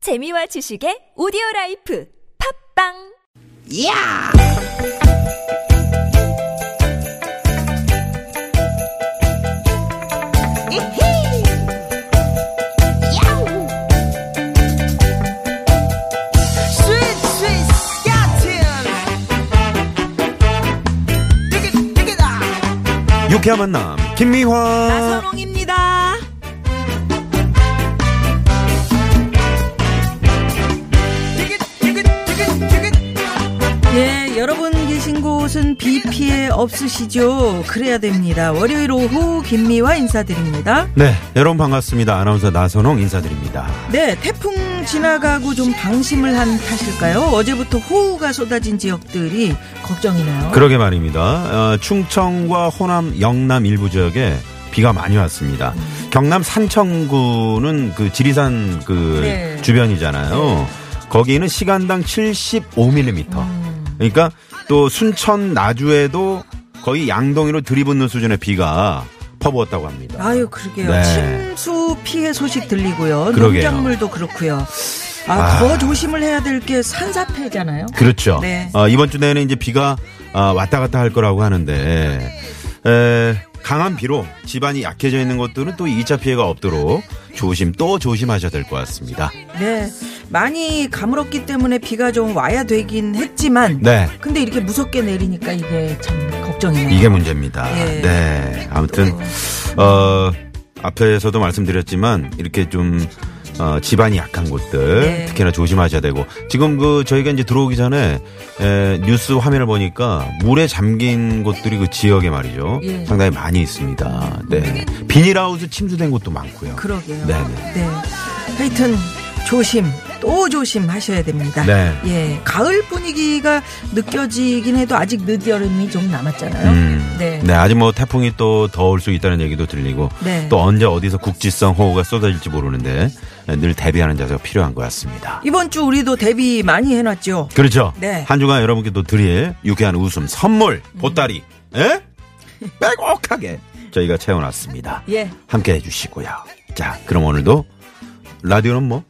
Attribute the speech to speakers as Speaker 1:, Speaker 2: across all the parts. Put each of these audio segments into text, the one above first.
Speaker 1: 재미와 지식의 오디오 라이프 팝빵
Speaker 2: 야! 이히! 야우! 스윗, 스윗, 야틴! 디귿, 디귿아!
Speaker 3: 유쾌한 만남 김미화
Speaker 2: 나선홍입니다. 디귿, 디귿, 디귿, 디귿.
Speaker 4: 예, 여러분 계신 곳은 비 피해 없으시죠? 그래야 됩니다. 월요일 오후 김미화 인사드립니다.
Speaker 3: 네 여러분 반갑습니다 아나운서 나선홍 인사드립니다
Speaker 4: 네, 태풍 지나가고 좀 방심을 한 탓일까요? 어제부터 호우가 쏟아진 지역들이 걱정이네요.
Speaker 3: 그러게 말입니다 어, 충청과 호남 영남 일부 지역에 비가 많이 왔습니다 경남 산청구는 그 지리산 그
Speaker 4: 네.
Speaker 3: 주변이잖아요 거기는 시간당 75mm
Speaker 4: 음.
Speaker 3: 그러니까 또 순천 나주에도 거의 양동이로 들이붓는 수준의 비가 퍼부었다고 합니다
Speaker 4: 아유, 그러게요.
Speaker 3: 네.
Speaker 4: 침수 피해 소식 들리고요.
Speaker 3: 그러게요.
Speaker 4: 농작물도 그렇고요. 아, 더 조심을 해야 될 게 산사태잖아요.
Speaker 3: 그렇죠.
Speaker 4: 네.
Speaker 3: 어, 이번 주 내에는 이제 비가 아, 왔다 갔다 할 거라고 하는데 에, 강한 비로 집안이 약해져 있는 것들은 또 2차 피해가 없도록 조심 또 조심하셔야 될 것 같습니다.
Speaker 4: 네, 많이 가물었기 때문에 비가 좀 와야 되긴 했지만
Speaker 3: 네.
Speaker 4: 근데 이렇게 무섭게 내리니까 이게 참 걱정이네요.
Speaker 3: 이게 문제입니다.
Speaker 4: 예.
Speaker 3: 네. 아무튼 어, 앞에서도 말씀드렸지만 이렇게 좀 어, 집안이 약한 곳들
Speaker 4: 네.
Speaker 3: 특히나 조심하셔야 되고 지금 그 저희가 이제 들어오기 전에 에, 뉴스 화면을 보니까 물에 잠긴 곳들이 그 지역에 말이죠
Speaker 4: 예.
Speaker 3: 상당히 많이 있습니다. 네. 비닐하우스 침수된 곳도 많고요.
Speaker 4: 그러게요.
Speaker 3: 네, 네.
Speaker 4: 네. 하여튼 조심 또 조심하셔야 됩니다.
Speaker 3: 네.
Speaker 4: 예, 가을 분위기가 느껴지긴 해도 아직 늦여름이 좀 남았잖아요.
Speaker 3: 음.
Speaker 4: 네.
Speaker 3: 네, 아직 뭐 태풍이 또 더울 수 있다는 얘기도 들리고
Speaker 4: 네.
Speaker 3: 또 언제 어디서 국지성 호우가 쏟아질지 모르는데 네, 늘 대비하는 자세가 필요한 것 같습니다.
Speaker 4: 이번 주 우리도 대비 많이 해놨죠.
Speaker 3: 그렇죠.
Speaker 4: 네.
Speaker 3: 한 주간 여러분께 또 드릴 유쾌한 웃음 선물 보따리 에? 빼곡하게 저희가 채워놨습니다.
Speaker 4: 예.
Speaker 3: 함께 해주시고요. 자, 그럼 오늘도 라디오는 뭐?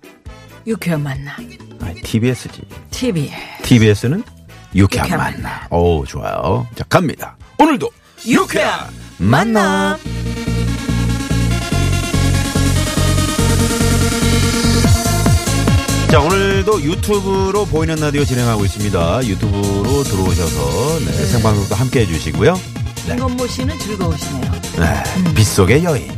Speaker 4: 유쾌한 만남
Speaker 3: 아니, TBS지.
Speaker 4: TV
Speaker 3: TBS는 유쾌한,
Speaker 4: 유쾌한
Speaker 3: 만남. 오, 좋아요. 자, 갑니다. 오늘도 유쾌한 만남. 자, 오늘도 유튜브로 보이는 라디오 진행하고 있습니다. 유튜브로 들어오셔서 네, 생방송도 함께 해주시고요. 네.
Speaker 4: 김건모 씨는 즐거우시네요.
Speaker 3: 네, 빗속의 여인.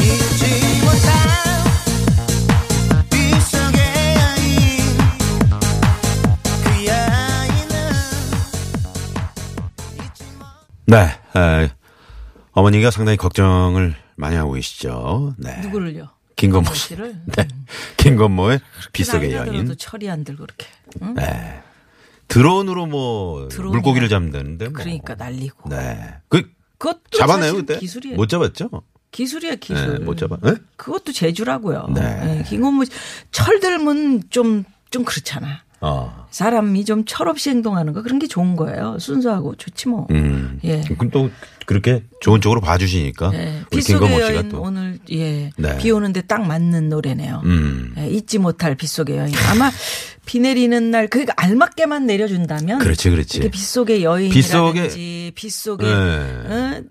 Speaker 2: 잊지 못할 빗속의 아이 그 아이는
Speaker 3: 네, 에, 어머니가 상당히 걱정을 많이 하고 계시죠. 네.
Speaker 4: 누구를요?
Speaker 3: 김건모
Speaker 4: 김건모
Speaker 3: 씨.
Speaker 4: 씨를?
Speaker 3: 네. 김건모의
Speaker 4: 음.
Speaker 3: 빗속의
Speaker 4: 들어도
Speaker 3: 여인. 네.
Speaker 4: 철이 안 들고 그렇게. 응?
Speaker 3: 드론으로 뭐
Speaker 4: 드론이야.
Speaker 3: 물고기를 잡는데 뭐.
Speaker 4: 그러니까 날리고.
Speaker 3: 네. 그
Speaker 4: 그것도
Speaker 3: 잡아내요
Speaker 4: 사실
Speaker 3: 그때?
Speaker 4: 기술이에요.
Speaker 3: 못 잡았죠?
Speaker 4: 기술이야 기술.
Speaker 3: 네, 못 잡아. 네?
Speaker 4: 그것도 재주라고요.
Speaker 3: 네.
Speaker 4: 네. 김건모 씨, 철들면 좀, 좀 그렇잖아.
Speaker 3: 어.
Speaker 4: 사람이 좀 철없이 행동하는 거 그런 게 좋은 거예요. 순수하고 좋지 뭐.
Speaker 3: 음.
Speaker 4: 예.
Speaker 3: 그럼 또 그렇게 좋은 쪽으로 봐 주시니까
Speaker 4: 예,
Speaker 3: 우리
Speaker 4: 빗속의
Speaker 3: 김건모 씨가
Speaker 4: 여인
Speaker 3: 또
Speaker 4: 오늘 예.
Speaker 3: 네.
Speaker 4: 비 오는데 딱 맞는 노래네요.
Speaker 3: 음.
Speaker 4: 예, 잊지 못할 빗속의 여인. 아마 비 내리는 날 그 알맞게만 내려준다면
Speaker 3: 그렇지, 그렇지.
Speaker 4: 이렇게 빗속의 여인이라든지 빗속의
Speaker 3: 네.
Speaker 4: 어,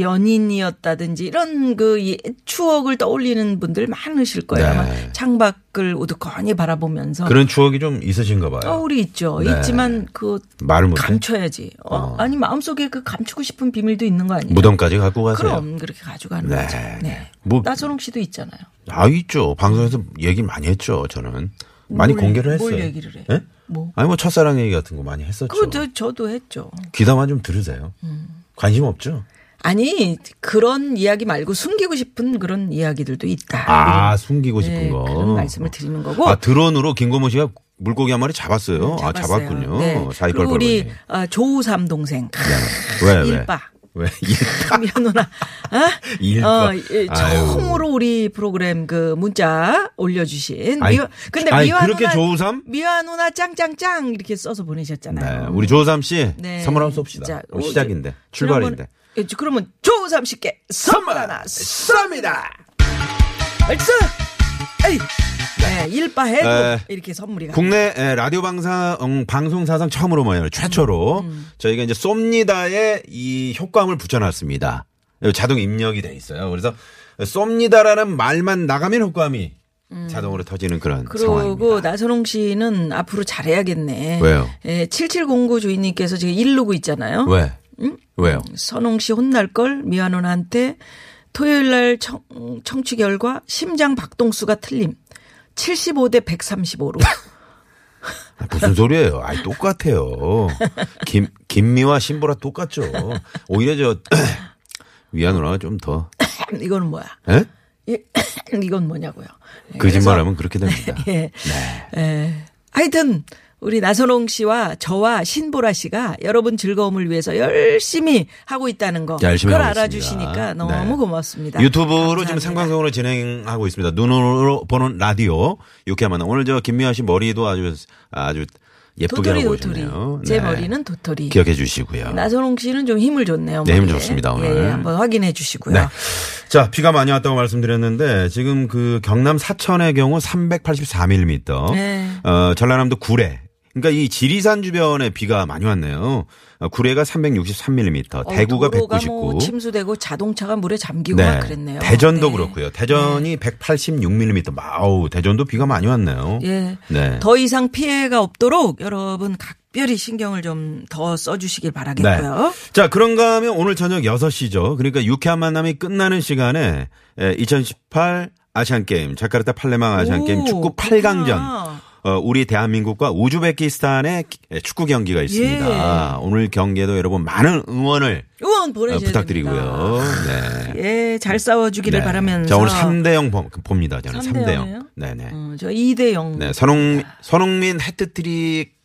Speaker 4: 연인이었다든지 이런 그 예- 추억을 떠올리는 분들 많으실 거예요.
Speaker 3: 네.
Speaker 4: 아마 창밖을 우두커니 바라보면서
Speaker 3: 그런 추억이 좀 있으신가 봐요.
Speaker 4: 떠울이 있죠.
Speaker 3: 네.
Speaker 4: 있지만 그
Speaker 3: 말을 못해?
Speaker 4: 어, 감춰야지. 어,
Speaker 3: 어.
Speaker 4: 아니 마음속에 그 감추고 싶은 비밀도 있는 거 아니에요?
Speaker 3: 무덤까지 갖고 가세요.
Speaker 4: 그럼 그렇게 가져가는
Speaker 3: 네.
Speaker 4: 거죠. 네.
Speaker 3: 뭐-
Speaker 4: 나선홍 씨도 있잖아요.
Speaker 3: 아, 있죠. 방송에서 얘기 많이 했죠, 저는. 많이
Speaker 4: 뭘-
Speaker 3: 공개를 했어요.
Speaker 4: 뭘 얘기를 해?
Speaker 3: 예?
Speaker 4: 뭐?
Speaker 3: 아니, 뭐, 첫사랑 얘기 같은 거 많이 했었죠.
Speaker 4: 그거 저, 음. 저도 했죠.
Speaker 3: 귀담아 좀 들으세요. 관심 없죠?
Speaker 4: 아니 그런 이야기 말고 숨기고 싶은 그런 이야기들도 있다.
Speaker 3: 아, 숨기고 싶은
Speaker 4: 네,
Speaker 3: 거.
Speaker 4: 그런 말씀을 드리는 거고.
Speaker 3: 아, 드론으로 김고모 씨가 물고기 한 마리 잡았어요.
Speaker 4: 잡았어요.
Speaker 3: 아, 잡았군요.
Speaker 4: 네.
Speaker 3: 사이벌
Speaker 4: 그리고 우리
Speaker 3: 벌벌님. 네,
Speaker 4: 어, 조우삼 동생.
Speaker 3: 왜, 왜?
Speaker 4: 일빠.
Speaker 3: 왜? 일빠.
Speaker 4: 미연 누나. 어?
Speaker 3: 일빠.
Speaker 4: 어, 예,
Speaker 3: 아유.
Speaker 4: 처음으로 우리 프로그램 그 문자 올려주신.
Speaker 3: 아니,
Speaker 4: 미화, 근데
Speaker 3: 아니,
Speaker 4: 미화
Speaker 3: 그렇게
Speaker 4: 누나.
Speaker 3: 조우삼?
Speaker 4: 미화 누나 짱짱짱 이렇게 써서
Speaker 3: 네,
Speaker 4: 보내셨잖아요.
Speaker 3: 우리 조sam 씨
Speaker 4: 네,
Speaker 3: 선물 한번 쏩시다.
Speaker 4: 진짜.
Speaker 3: 오늘
Speaker 4: 오,
Speaker 3: 시작인데
Speaker 4: 지난번에-
Speaker 3: 출발인데.
Speaker 4: 예, 그러면 조삼 씨께 선물 하나
Speaker 3: 쏩니다.
Speaker 4: 발사! 에이! 네, 일바 해도
Speaker 3: 네.
Speaker 4: 이렇게 선물이 가.
Speaker 3: 국내 에, 라디오 방사, 음, 방송 사상 처음으로 뭐예요? 최초로 저희가 이제 쏩니다에 이 효과음을 붙여놨습니다. 이거 자동 입력이 돼 있어요. 그래서 쏩니다라는 말만 나가면 효과음이 자동으로 터지는 그런
Speaker 4: 그러고
Speaker 3: 상황입니다.
Speaker 4: 나선홍 씨는 앞으로 잘해야겠네.
Speaker 3: 왜요?
Speaker 4: 예, 7709 주인님께서 지금 이르고 있잖아요.
Speaker 3: 왜? 왜요?
Speaker 4: 선홍 씨 혼날 걸 미안원한테 토요일 날 청, 청취 결과 심장 박동수가 틀림. 75대 135로.
Speaker 3: 아, 무슨 소리예요? 아이 똑같아요. 김 김미와 신보라 똑같죠. 오히려 저 위안 누나가 좀 더.
Speaker 4: 이거는 뭐야?
Speaker 3: 예?
Speaker 4: 이- 이건 뭐냐고요. 예,
Speaker 3: 거짓말하면 그렇게 됩니다.
Speaker 4: 예. 예. 하여튼 우리 나선홍 씨와 저와 신보라 씨가 여러분 즐거움을 위해서 열심히 하고 있다는 거
Speaker 3: 열심히
Speaker 4: 그걸
Speaker 3: 하고 있습니다.
Speaker 4: 알아주시니까 너무
Speaker 3: 네.
Speaker 4: 고맙습니다.
Speaker 3: 유튜브로 지금
Speaker 4: 감사합니다.
Speaker 3: 생방송으로 진행하고 있습니다. 눈으로 보는 라디오 유쾌한 만남. 오늘 저 김미아 씨 머리도 아주 아주 예쁘게
Speaker 4: 도토리
Speaker 3: 하고
Speaker 4: 도토리
Speaker 3: 오시네요.
Speaker 4: 제
Speaker 3: 네.
Speaker 4: 머리는 도토리.
Speaker 3: 기억해 주시고요.
Speaker 4: 나선홍 씨는 좀 힘을 줬네요.
Speaker 3: 네, 힘
Speaker 4: 머리에.
Speaker 3: 줬습니다, 오늘.
Speaker 4: 예, 한번 확인해 주시고요. 어,
Speaker 3: 네. 자, 비가 많이 왔다고 말씀드렸는데 지금 그 경남 사천의 경우 384mm,
Speaker 4: 네.
Speaker 3: 어, 전라남도 구례. 그러니까 이 지리산 주변에 비가 많이 왔네요. 어, 구례가 363mm,
Speaker 4: 어,
Speaker 3: 대구가
Speaker 4: 도로가
Speaker 3: 199.
Speaker 4: 뭐 침수되고 자동차가 물에 잠기고 막 그랬네요.
Speaker 3: 대전도
Speaker 4: 네.
Speaker 3: 그렇고요. 대전이 186mm. 마우, 대전도 비가 많이 왔네요.
Speaker 4: 예.
Speaker 3: 네.
Speaker 4: 더 이상 피해가 없도록 여러분 각별히 신경을 좀 더 써주시길 바라겠고요.
Speaker 3: 자, 그런가 하면 오늘 저녁 6시죠. 그러니까 유쾌한 만남이 끝나는 시간에 2018 아시안게임, 자카르타 팔레망 아시안게임
Speaker 4: 오,
Speaker 3: 축구
Speaker 4: 그렇구나.
Speaker 3: 8강전. 어, 우리 대한민국과 우즈베키스탄의 기- 예, 축구 경기가 있습니다. 오늘 경기에도 여러분 많은 응원을
Speaker 4: 응원
Speaker 3: 어,
Speaker 4: 예. 보내주세요.
Speaker 3: 부탁드리고요. 네.
Speaker 4: 예, 잘 싸워주기를
Speaker 3: 네.
Speaker 4: 바라면서.
Speaker 3: 자, 오늘 3대 0 봅니다. 저는
Speaker 4: 3대
Speaker 3: 3대
Speaker 4: 0이에요?
Speaker 3: 0. 네, 네.
Speaker 4: 어, 저 2대 0.
Speaker 3: 네, 선홍 선홍민 헤트트릭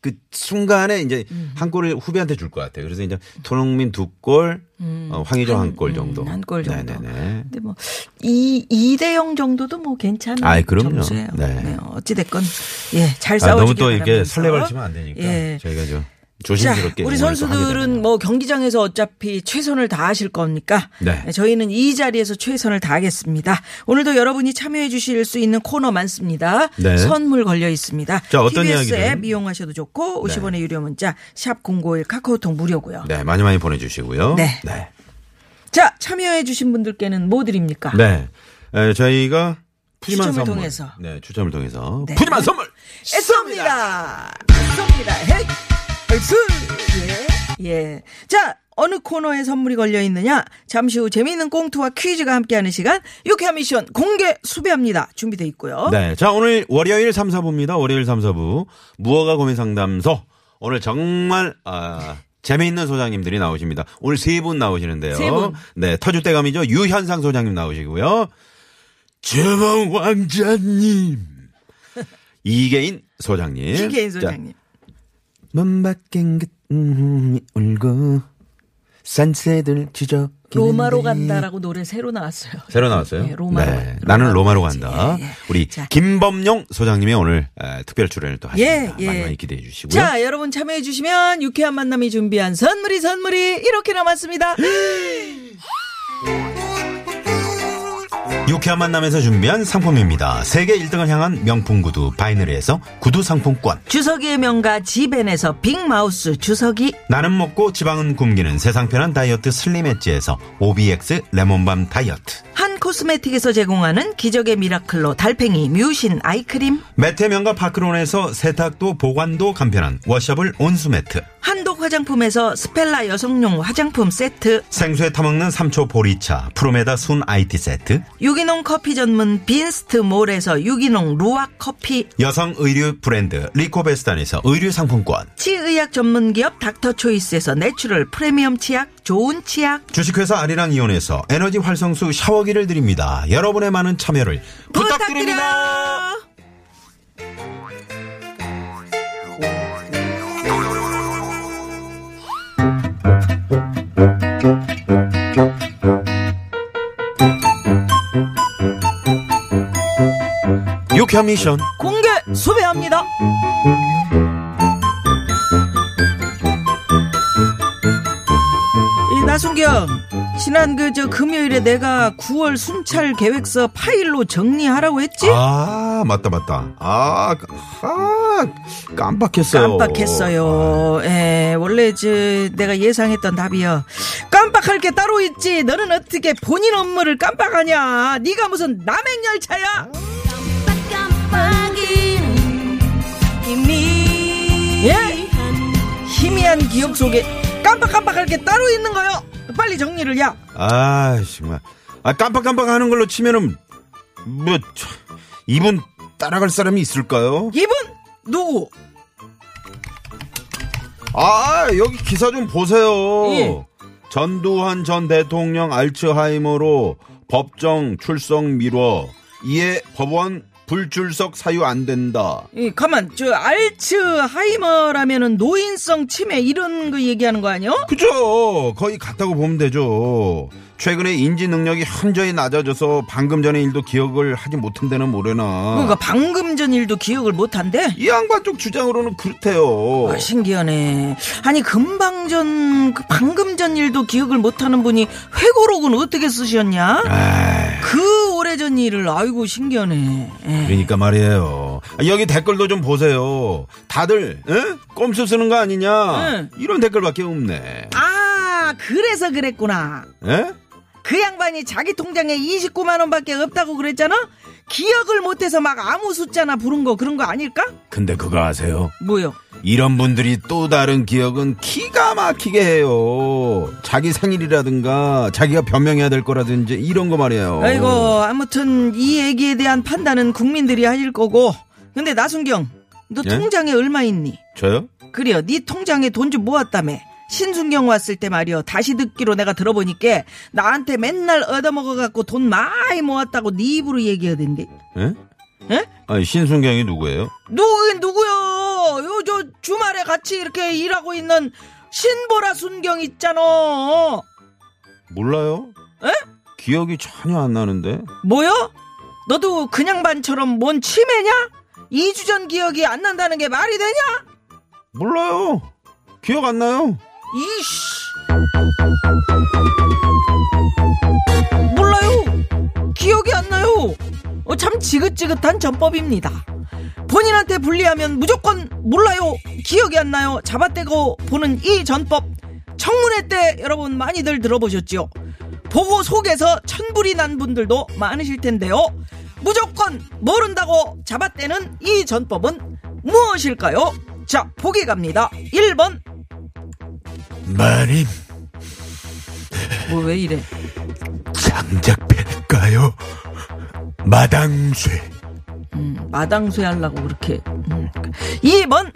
Speaker 3: 그 순간에 이제
Speaker 4: 음.
Speaker 3: 한 골을 후배한테 줄 것 같아요. 그래서 이제 손흥민 두 골, 어, 황희조 한 골 정도.
Speaker 4: 음, 한골 정도.
Speaker 3: 네네네.
Speaker 4: 근데 뭐, 2, 이대0 정도도 뭐 괜찮은
Speaker 3: 아이, 그럼요.
Speaker 4: 점수예요.
Speaker 3: 네.
Speaker 4: 어찌됐건, 예, 잘
Speaker 3: 아,
Speaker 4: 싸워주길
Speaker 3: 너무 또 이렇게
Speaker 4: 바라면서.
Speaker 3: 설레발치면 안 되니까
Speaker 4: 예.
Speaker 3: 저희가 좀
Speaker 4: 자,
Speaker 3: 조심스럽게.
Speaker 4: 우리
Speaker 3: 응원을 또 하게 되네요.
Speaker 4: 선수들은 뭐 경기장에서 어차피 최선을 다하실 겁니까?
Speaker 3: 네.
Speaker 4: 저희는 이 자리에서 최선을 다하겠습니다. 오늘도 여러분이 참여해 주실 수 있는 코너 많습니다.
Speaker 3: 네.
Speaker 4: 선물 걸려 있습니다.
Speaker 3: 자, 어떤 네.
Speaker 4: TBS
Speaker 3: 이야기든.
Speaker 4: 앱 이용하셔도 좋고 50원의 유료 문자 샵 051 카카오톡 무료고요.
Speaker 3: 네 많이 많이 보내주시고요.
Speaker 4: 뭐 네.
Speaker 3: 네.
Speaker 4: 자, 참여해 주신 분들께는 뭐 드립니까?
Speaker 3: 네. 에, 저희가 푸짐한
Speaker 4: 추첨을
Speaker 3: 선물.
Speaker 4: 통해서.
Speaker 3: 네 추첨을 통해서
Speaker 4: 네.
Speaker 3: 푸짐한 선물.
Speaker 4: 쏩니다. 쏩니다. 헤이. 얼쑤. 예. 예. 자, 어느 코너에 선물이 걸려 있느냐? 잠시 후 재미있는 꽁트와 퀴즈가 함께하는 시간 유쾌한 미션 공개 수배합니다. 준비돼 있고요.
Speaker 3: 네. 자, 오늘 월요일 3, 4부입니다. 월요일 3, 4부. 무허가 고민 상담소. 오늘 정말, 아, 재미있는 소장님들이 나오십니다. 오늘 세 분 나오시는데요.
Speaker 4: 세 분.
Speaker 3: 네. 터줏대감이죠. 유현상 소장님 나오시고요. 제방 왕자님. 이계인 소장님.
Speaker 4: 기계인
Speaker 3: 자,
Speaker 4: 소장님.
Speaker 3: 문 밖엔 그, 음, 울고, 산새들 지적.
Speaker 4: 로마로 간다라고 노래 새로 나왔어요.
Speaker 3: 새로 나왔어요? 네.
Speaker 4: 예, 로마로 간-
Speaker 3: 나는 로마로
Speaker 4: 로마로
Speaker 3: 간다.
Speaker 4: 예, 예.
Speaker 3: 우리
Speaker 4: 자.
Speaker 3: 김범용 소장님이 오늘 에, 특별 출연을 또 하십니다.
Speaker 4: 예, 예.
Speaker 3: 많이 많이 기대해 주시고요.
Speaker 4: 자, 여러분 참여해 주시면 유쾌한 만남이 준비한 선물이 선물이 이렇게 남았습니다.
Speaker 3: 유쾌한 만남에서 준비한 상품입니다. 세계 1등을 향한 명품 구두 바이너리에서 구두 상품권.
Speaker 4: 주석이의 명가 지벤에서 빅마우스 주석이
Speaker 3: 나는 먹고 지방은 굶기는 세상 편한 다이어트 슬림 엣지에서 OBX 레몬밤 다이어트.
Speaker 4: 한 코스메틱에서 제공하는 기적의 미라클로 달팽이 뮤신 아이크림
Speaker 3: 매태면과 파크론에서 세탁도 보관도 간편한 워셔블 온수 매트.
Speaker 4: 한독 화장품에서 스펠라 여성용 화장품 세트
Speaker 3: 생수에 타먹는 삼초 보리차 프로메다 순 IT 세트.
Speaker 4: 유기농 커피 전문 빈스트 몰에서 유기농 루아 커피
Speaker 3: 여성 의류 브랜드 리코베스탄에서 의류 상품권
Speaker 4: 치의학 전문 기업 닥터 초이스에서 내추럴 프리미엄 치약 좋은 치약
Speaker 3: 주식회사 아리랑 이온에서 에너지 활성수 샤워기를 드립니다. 여러분의 많은 참여를 부탁드립니다.
Speaker 4: 부탁드려요
Speaker 3: 유쾌한 미션
Speaker 4: 공개 수배합니다 이 하순경 지난 그 저 금요일에 내가 9월 순찰 계획서 파일로 정리하라고 했지?
Speaker 3: 아 맞다 맞다. 아, 까- 아 깜빡했어요.
Speaker 4: 깜빡했어요. 예, 원래 저 내가 예상했던 답이요. 깜빡할 게 따로 있지. 너는 어떻게 본인 업무를 깜빡하냐? 네가 무슨 남행 열차야? 예? 희미한 기억 속에 깜빡깜빡할 게 따로 있는 거요. 빨리 정리를 야.
Speaker 3: 아 정말. 아 깜빡깜빡하는 걸로 치면은 뭐 참, 이분 따라갈 사람이 있을까요?
Speaker 4: 이분 누구?
Speaker 3: 아 여기 기사 좀 보세요.
Speaker 4: 예.
Speaker 3: 전두환 전 대통령 알츠하이머로 법정 출석 미뤄 이에 법원 불출석 사유 안 된다.
Speaker 4: 이 가만 저 알츠하이머라면은 노인성 치매 이런 거 얘기하는 거 아니요?
Speaker 3: 그죠 거의 같다고 보면 되죠 최근에 인지 능력이 현저히 낮아져서 방금 전의 일도 기억을 하지 못한 데는 모래나
Speaker 4: 그러니까 방금 전 일도 기억을 못 한대.
Speaker 3: 이 양반 쪽 주장으로는 그렇대요
Speaker 4: 아, 신기하네. 아니 금방 전, 그 방금 전 일도 기억을 못하는 분이 회고록은 어떻게
Speaker 3: 네.
Speaker 4: 쓰셨냐?
Speaker 3: 에이,
Speaker 4: 그 오래전 일을 아이고 신기하네. 예.
Speaker 3: 그러니까 말이에요 아, 여기 댓글도 좀 보세요 다들 에? 꼼수 쓰는 거 아니냐
Speaker 4: 응.
Speaker 3: 이런 댓글밖에 없네
Speaker 4: 아 그래서 그랬구나.
Speaker 3: 에?
Speaker 4: 그 양반이 자기 통장에 29만 원밖에 없다고 그랬잖아. 기억을 못해서 막 아무 숫자나 부른 거 그런 거 아닐까?
Speaker 3: 근데 그거 아세요
Speaker 4: 뭐요?
Speaker 3: 이런 분들이 또 다른 기억은 기가 막히게 해요. 자기 생일이라든가 자기가 변명해야 될 거라든지 이런 거 말이에요.
Speaker 4: 아이고 아무튼 이 얘기에 대한 판단은 국민들이 하실 거고. 근데 나순경, 너
Speaker 3: 예?
Speaker 4: 통장에 얼마 있니?
Speaker 3: 저요?
Speaker 4: 그래요. 네 통장에 돈 좀 모았다며. 신순경 왔을 때 말이요. 다시 듣기로 내가 들어보니까 나한테 맨날 얻어먹어갖고 돈 많이 모았다고 네 입으로 얘기하던데.
Speaker 3: 예?
Speaker 4: 예?
Speaker 3: 아니, 신순경이 누구예요?
Speaker 4: 누구긴 누구요? 요 저 주말에 같이 이렇게 일하고 있는 신보라 순경 있잖아.
Speaker 3: 몰라요.
Speaker 4: 에?
Speaker 3: 기억이 전혀 안 나는데.
Speaker 4: 뭐요? 너도 그냥 반처럼 뭔 치매냐? 2주 전 기억이 안 난다는 게 말이 되냐?
Speaker 3: 몰라요. 기억 안 나요.
Speaker 4: 이씨. 몰라요. 기억이 안 나요. 어, 참 지긋지긋한 전법입니다. 본인한테 불리하면 무조건 몰라요. 기억이 안 나요. 잡아떼고 보는 이 전법. 청문회 때 여러분 많이들 들어보셨죠? 보고 속에서 천불이 난 분들도 많으실 텐데요. 무조건 모른다고 잡아떼는 이 전법은 무엇일까요? 자, 보기 갑니다. 1번
Speaker 5: 마님
Speaker 4: 뭐 왜 이래?
Speaker 5: 장작패일까요? 마당쇠
Speaker 4: 마당쇠 하려고 그렇게. 음. 2번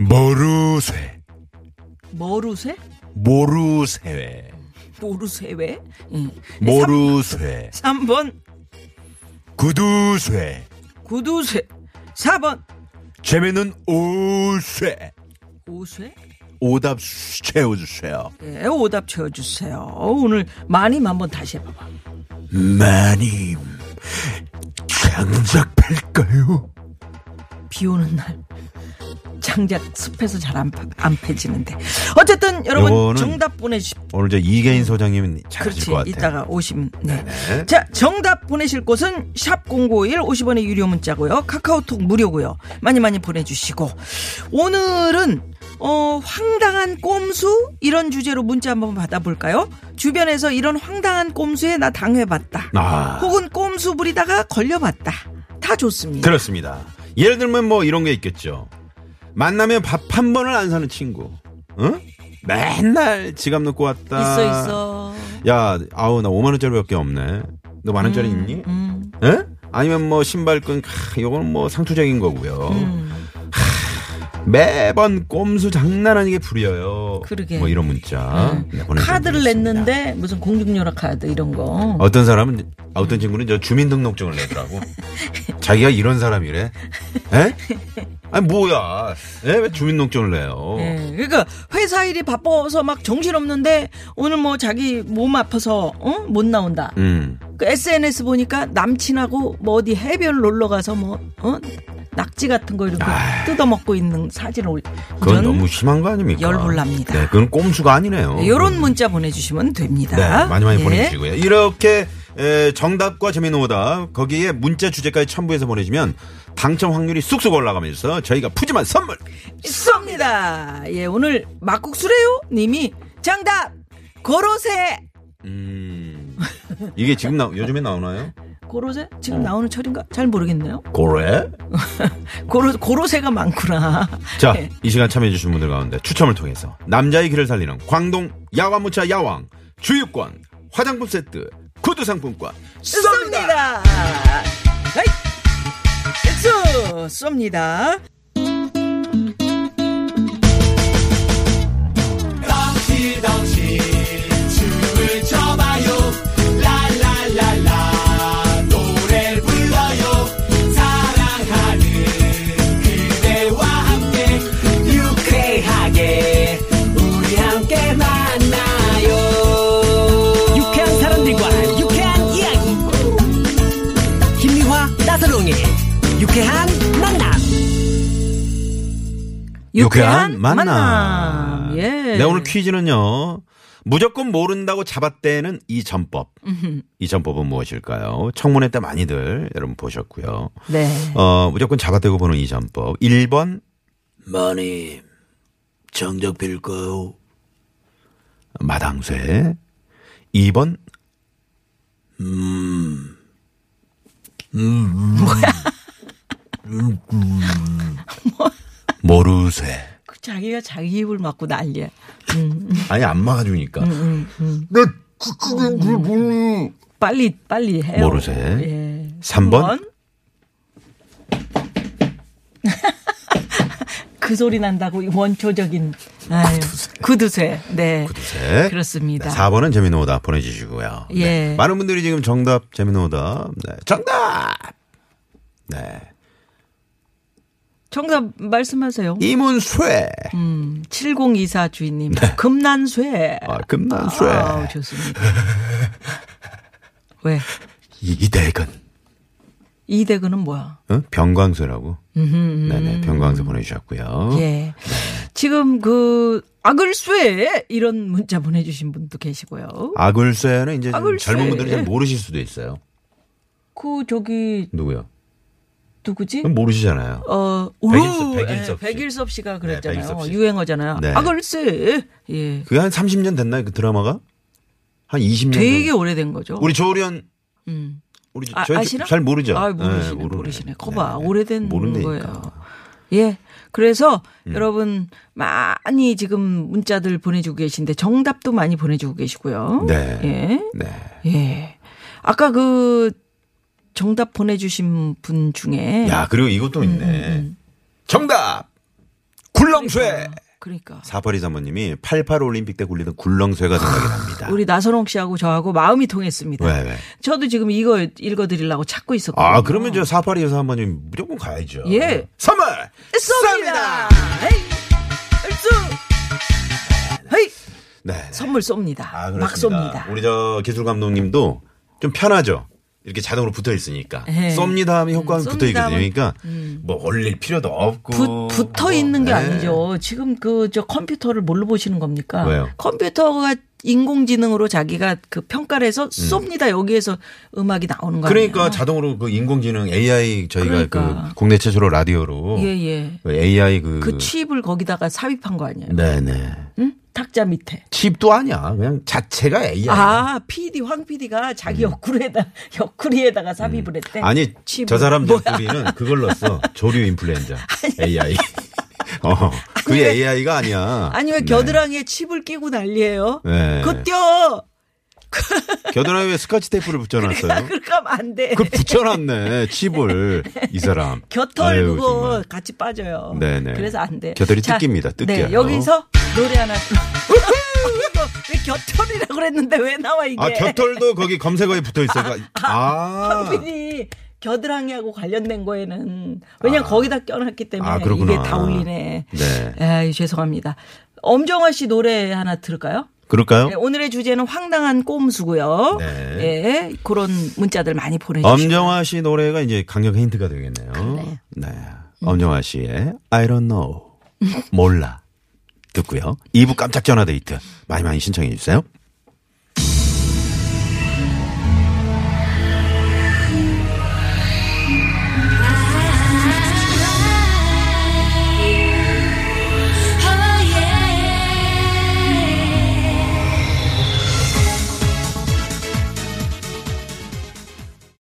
Speaker 5: 모루쇠
Speaker 4: 머루쇠?
Speaker 5: 모루쇠
Speaker 4: 모루쇠 왜? 음.
Speaker 5: 모루쇠
Speaker 4: 3번
Speaker 5: 구두쇠
Speaker 4: 구두쇠. 4번
Speaker 5: 재미는 오쇠
Speaker 4: 오쇠?
Speaker 5: 오답 채워주세요
Speaker 4: 예, 오답 채워주세요. 어, 오늘 마님 한번 다시 해봐봐.
Speaker 5: 마님 장작패일까요?
Speaker 4: 비 오는 날. 장작 숲에서 잘 안 안 패지는데. 어쨌든 여러분
Speaker 3: 요거는
Speaker 4: 정답 보내주십시오.
Speaker 3: 오늘 저 이계인 소장님은 잘하실
Speaker 4: 음. 그렇지.
Speaker 3: 것 같아요.
Speaker 4: 이따가 오시면. 네. 자, 정답 보내실 곳은 샵0951 50원의 유료 문자고요. 카카오톡 무료고요. 많이 많이 보내주시고. 오늘은, 어, 황당한 꼼수? 이런 주제로 문자 한번 받아볼까요? 주변에서 이런 황당한 꼼수에 나 당해봤다.
Speaker 3: 아.
Speaker 4: 혹은 꼼수 부리다가 걸려봤다. 다 좋습니다.
Speaker 3: 그렇습니다. 예를 들면 뭐 이런 게 있겠죠. 만나면 밥 한 번을 안 사는 친구. 응? 맨날 지갑 놓고 왔다.
Speaker 4: 있어, 있어.
Speaker 3: 야, 아우 나 5만 원짜리밖에 없네. 너 만 원짜리 있니?
Speaker 4: 음,
Speaker 3: 에? 아니면 뭐 신발끈 캬, 요거는 뭐 상투적인 거고요.
Speaker 4: 음.
Speaker 3: 매번 꼼수 장난 아니게 부려요.
Speaker 4: 그러게. 음.
Speaker 3: 뭐 이런 문자. 네, 보내주시면
Speaker 4: 카드를
Speaker 3: 되겠습니다.
Speaker 4: 냈는데 무슨 공중료라 카드 이런 거.
Speaker 3: 어떤 사람은 아, 어떤 친구는 저 주민등록증을 내더라고. 자기가 이런 사람이래. 에? 아니 뭐야? 에? 왜 주민등록증을 내요?
Speaker 4: 예, 그러니까 회사 일이 바빠서 막 정신 없는데 오늘 뭐 자기 몸 아파서 어? 못 나온다.
Speaker 3: 음.
Speaker 4: 그 SNS 보니까 남친하고 뭐 어디 해변 놀러 가서 뭐 어? 낙지 같은 거 이렇게 뜯어 먹고 있는 사진을 올.
Speaker 3: 그건
Speaker 4: 전
Speaker 3: 너무 심한 거 아닙니까?
Speaker 4: 열불납니다.
Speaker 3: 네, 그건 꼼수가 아니네요. 음.
Speaker 4: 요런 문자 보내주시면 됩니다.
Speaker 3: 네, 많이 많이
Speaker 4: 예.
Speaker 3: 보내주시고요. 이렇게 에, 정답과 재미있는 오답 거기에 문자 주제까지 첨부해서 보내주면 당첨 확률이 쑥쑥 올라가면서 저희가 푸짐한 선물
Speaker 4: 쏩니다. 예, 오늘 막국수래요? 님이 정답! 고로쇠!
Speaker 3: 음, 이게 지금 나, 요즘에 나오나요?
Speaker 4: 고로쇠? 지금
Speaker 3: 음.
Speaker 4: 나오는 철인가? 잘 모르겠네요.
Speaker 3: 고래?
Speaker 4: 고로, 고로쇠가 많구나.
Speaker 3: 자,
Speaker 4: 예.
Speaker 3: 이 시간 참여해주신 분들 가운데 추첨을 통해서 남자의 길을 살리는 광동 야화모차 야왕 주유권 화장품 세트 구두 상품권
Speaker 4: 쏩니다. 에이, 쏘! 쏩니다.
Speaker 6: 유쾌하게 우리 함께 만나요 유쾌한 사람들과 유쾌한 이야기 김미화 나서롱의 유쾌한 만남
Speaker 3: 유쾌한 만남.
Speaker 4: 예.
Speaker 3: 네, 오늘 퀴즈는요. 무조건 모른다고 잡았대는 이 전법. 이 전법은 무엇일까요? 청문회 때 많이들 여러분 보셨고요.
Speaker 4: 네.
Speaker 3: 어, 무조건 잡아대고 보는 이 전법. 1번
Speaker 5: 마님, 정적 빌까요?
Speaker 3: 마당쇠. 2번
Speaker 5: 음. 모르쇠.
Speaker 4: 그 자기가 자기 입을 막고 난리야.
Speaker 3: 아니 안 막아주니까
Speaker 4: 음, 빨리, 빨리 해요.
Speaker 3: 모르쇠.
Speaker 4: 예.
Speaker 3: 3번
Speaker 4: 원? 그 소리 난다고 이 원초적인 아유, 구두쇠. 네.
Speaker 3: 네.
Speaker 4: 그렇습니다.
Speaker 3: 네, 4번은 재미있는 오답 보내주시고요. 네,
Speaker 4: 예.
Speaker 3: 많은 분들이 지금 정답 재미있는 오답. 네, 정답. 네.
Speaker 4: 정답 말씀하세요.
Speaker 3: 이문쇠.
Speaker 4: 음. 예. 7024 주인님. 네. 금난쇠.
Speaker 3: 아, 금난쇠.
Speaker 4: 아우, 좋습니다. 왜?
Speaker 3: 이대근.
Speaker 4: 이대근은 뭐야?
Speaker 3: 어? 병광쇠라고. 네네, 병광쇠 보내주셨고요.
Speaker 4: 음. 예. 지금 그 악을쇠 이런 문자 보내주신 분도 계시고요.
Speaker 3: 아굴쇠는 이제 좀
Speaker 4: 아굴쇠.
Speaker 3: 젊은 분들이 잘 모르실 수도 있어요.
Speaker 4: 그 저기
Speaker 3: 누구요?
Speaker 4: 누구지?
Speaker 3: 그럼 모르시잖아요.
Speaker 4: 어,
Speaker 3: 백일섭,
Speaker 4: 오,
Speaker 3: 백일섭
Speaker 4: 예,
Speaker 3: 씨.
Speaker 4: 백일섭 씨가
Speaker 3: 네,
Speaker 4: 그랬잖아요.
Speaker 3: 백일섭 씨.
Speaker 4: 유행어잖아요.
Speaker 3: 네.
Speaker 4: 아, 글쎄. 예.
Speaker 3: 그게 한 30년 됐나요? 그 드라마가? 한 20년.
Speaker 4: 되게 오래된 거죠.
Speaker 3: 우리 조련. 우리
Speaker 4: 아,
Speaker 3: 저희
Speaker 4: 아시나?
Speaker 3: 잘 모르죠.
Speaker 4: 아,
Speaker 3: 네,
Speaker 4: 모르시네.
Speaker 3: 모르네.
Speaker 4: 모르시네. 거봐.
Speaker 3: 네,
Speaker 4: 오래된
Speaker 3: 모른다니까. 음.
Speaker 4: 거예요. 예. 그래서 여러분 많이 지금 문자들 보내주고 계신데 정답도 많이 보내주고 계시고요.
Speaker 3: 네.
Speaker 4: 예.
Speaker 3: 네.
Speaker 4: 예. 아까 그 정답 보내주신 분 중에
Speaker 3: 야, 그리고 이것도
Speaker 4: 음,
Speaker 3: 있네. 정답! 굴렁쇠!
Speaker 4: 그러니까
Speaker 3: 사파리 사모님이 88 올림픽 때 굴리던 굴렁쇠가 생각이 납니다.
Speaker 4: 아, 우리 나선홍 씨하고 저하고 마음이 통했습니다.
Speaker 3: 아. 왜, 왜?
Speaker 4: 저도 지금 이거 읽어드리려고 찾고 있었거든요.
Speaker 3: 아, 그러면 저 사파리 여사 한 번님 무조건 가야죠.
Speaker 4: 예.
Speaker 3: 선물!
Speaker 4: 쏩니다. 헤이, 얼쑤. 헤이,
Speaker 3: 네.
Speaker 4: 선물 쏩니다.
Speaker 3: 아,
Speaker 4: 막
Speaker 3: 그렇습니다.
Speaker 4: 쏩니다.
Speaker 3: 우리 저 기술 감독님도 좀 편하죠. 이렇게 자동으로 붙어 있으니까.
Speaker 4: 예.
Speaker 3: 쏩니다 하면 효과음이
Speaker 4: 음,
Speaker 3: 붙어 있거든요.
Speaker 4: 쏩니다 하면, 음.
Speaker 3: 그러니까 뭐 올릴 필요도 없고.
Speaker 4: 붙- 붙어 있는 게
Speaker 3: 네.
Speaker 4: 아니죠. 지금 그 저 컴퓨터를 뭘로 보시는 겁니까?
Speaker 3: 왜요?
Speaker 4: 컴퓨터가 인공지능으로 자기가 그 평가를 해서 쏩니다. 여기에서 음악이 나오는 거 아니에요?
Speaker 3: 음. 그러니까 자동으로 그 인공지능 AI 저희가
Speaker 4: 그러니까.
Speaker 3: 그 국내 최초로 라디오로
Speaker 4: 예, 예.
Speaker 3: 그 AI 그,
Speaker 4: 그 칩을 거기다가 삽입한 거 아니에요?
Speaker 3: 네네
Speaker 4: 응? 탁자 밑에.
Speaker 3: 칩도 아니야 그냥 자체가 AI 야.
Speaker 4: 아, PD, 황 PD가 자기 옆구리에다, 옆구리에다가 삽입을 했대.
Speaker 3: 음. 아니
Speaker 4: 네. 칩을.
Speaker 3: 저 사람
Speaker 4: 뭐야.
Speaker 3: 옆구리는 그걸 넣었어 조류 인플루엔자 AI 어 그게 AI가 아니야
Speaker 4: 아니 왜
Speaker 3: 네.
Speaker 4: 겨드랑이에 칩을 끼고 난리예요?
Speaker 3: 네.
Speaker 4: 그거 떼어.
Speaker 3: 겨드랑이에 왜 스카치 테이프를 붙여놨어요
Speaker 4: 그렇게 하면 안 돼.
Speaker 3: 그걸 붙여놨네 칩을 이 사람
Speaker 4: 겨털
Speaker 3: 아유,
Speaker 4: 그거
Speaker 3: 정말.
Speaker 4: 같이 빠져요.
Speaker 3: 네네.
Speaker 4: 그래서 안 돼.
Speaker 3: 겨털이 뜯깁니다. 뜯겨요.
Speaker 4: 네, 여기서 노래 하나. 이거 왜 겨털이라고 그랬는데 왜 나와 이게?
Speaker 3: 아 겨털도 거기 검색어에 붙어있어요 아
Speaker 4: 황빈이 겨드랑이하고 관련된 거에는 왜냐 면 거기다 껴놨기 때문에
Speaker 3: 아, 그렇구나.
Speaker 4: 이게 다 올리네.
Speaker 3: 네.
Speaker 4: 에이, 죄송합니다. 엄정화 씨 노래 하나 들을까요?
Speaker 3: 그럴까요
Speaker 4: 네, 오늘의 주제는 황당한 꼼수고요.
Speaker 3: 네.
Speaker 4: 예, 그런 문자들 많이 보내주시고
Speaker 3: 엄정화 씨 노래가 이제 강력 힌트가 되겠네요 네 엄정화 씨의 I don't know 몰라 듣고요. 2부 깜짝 전화 데이트 많이 많이 신청해 주세요.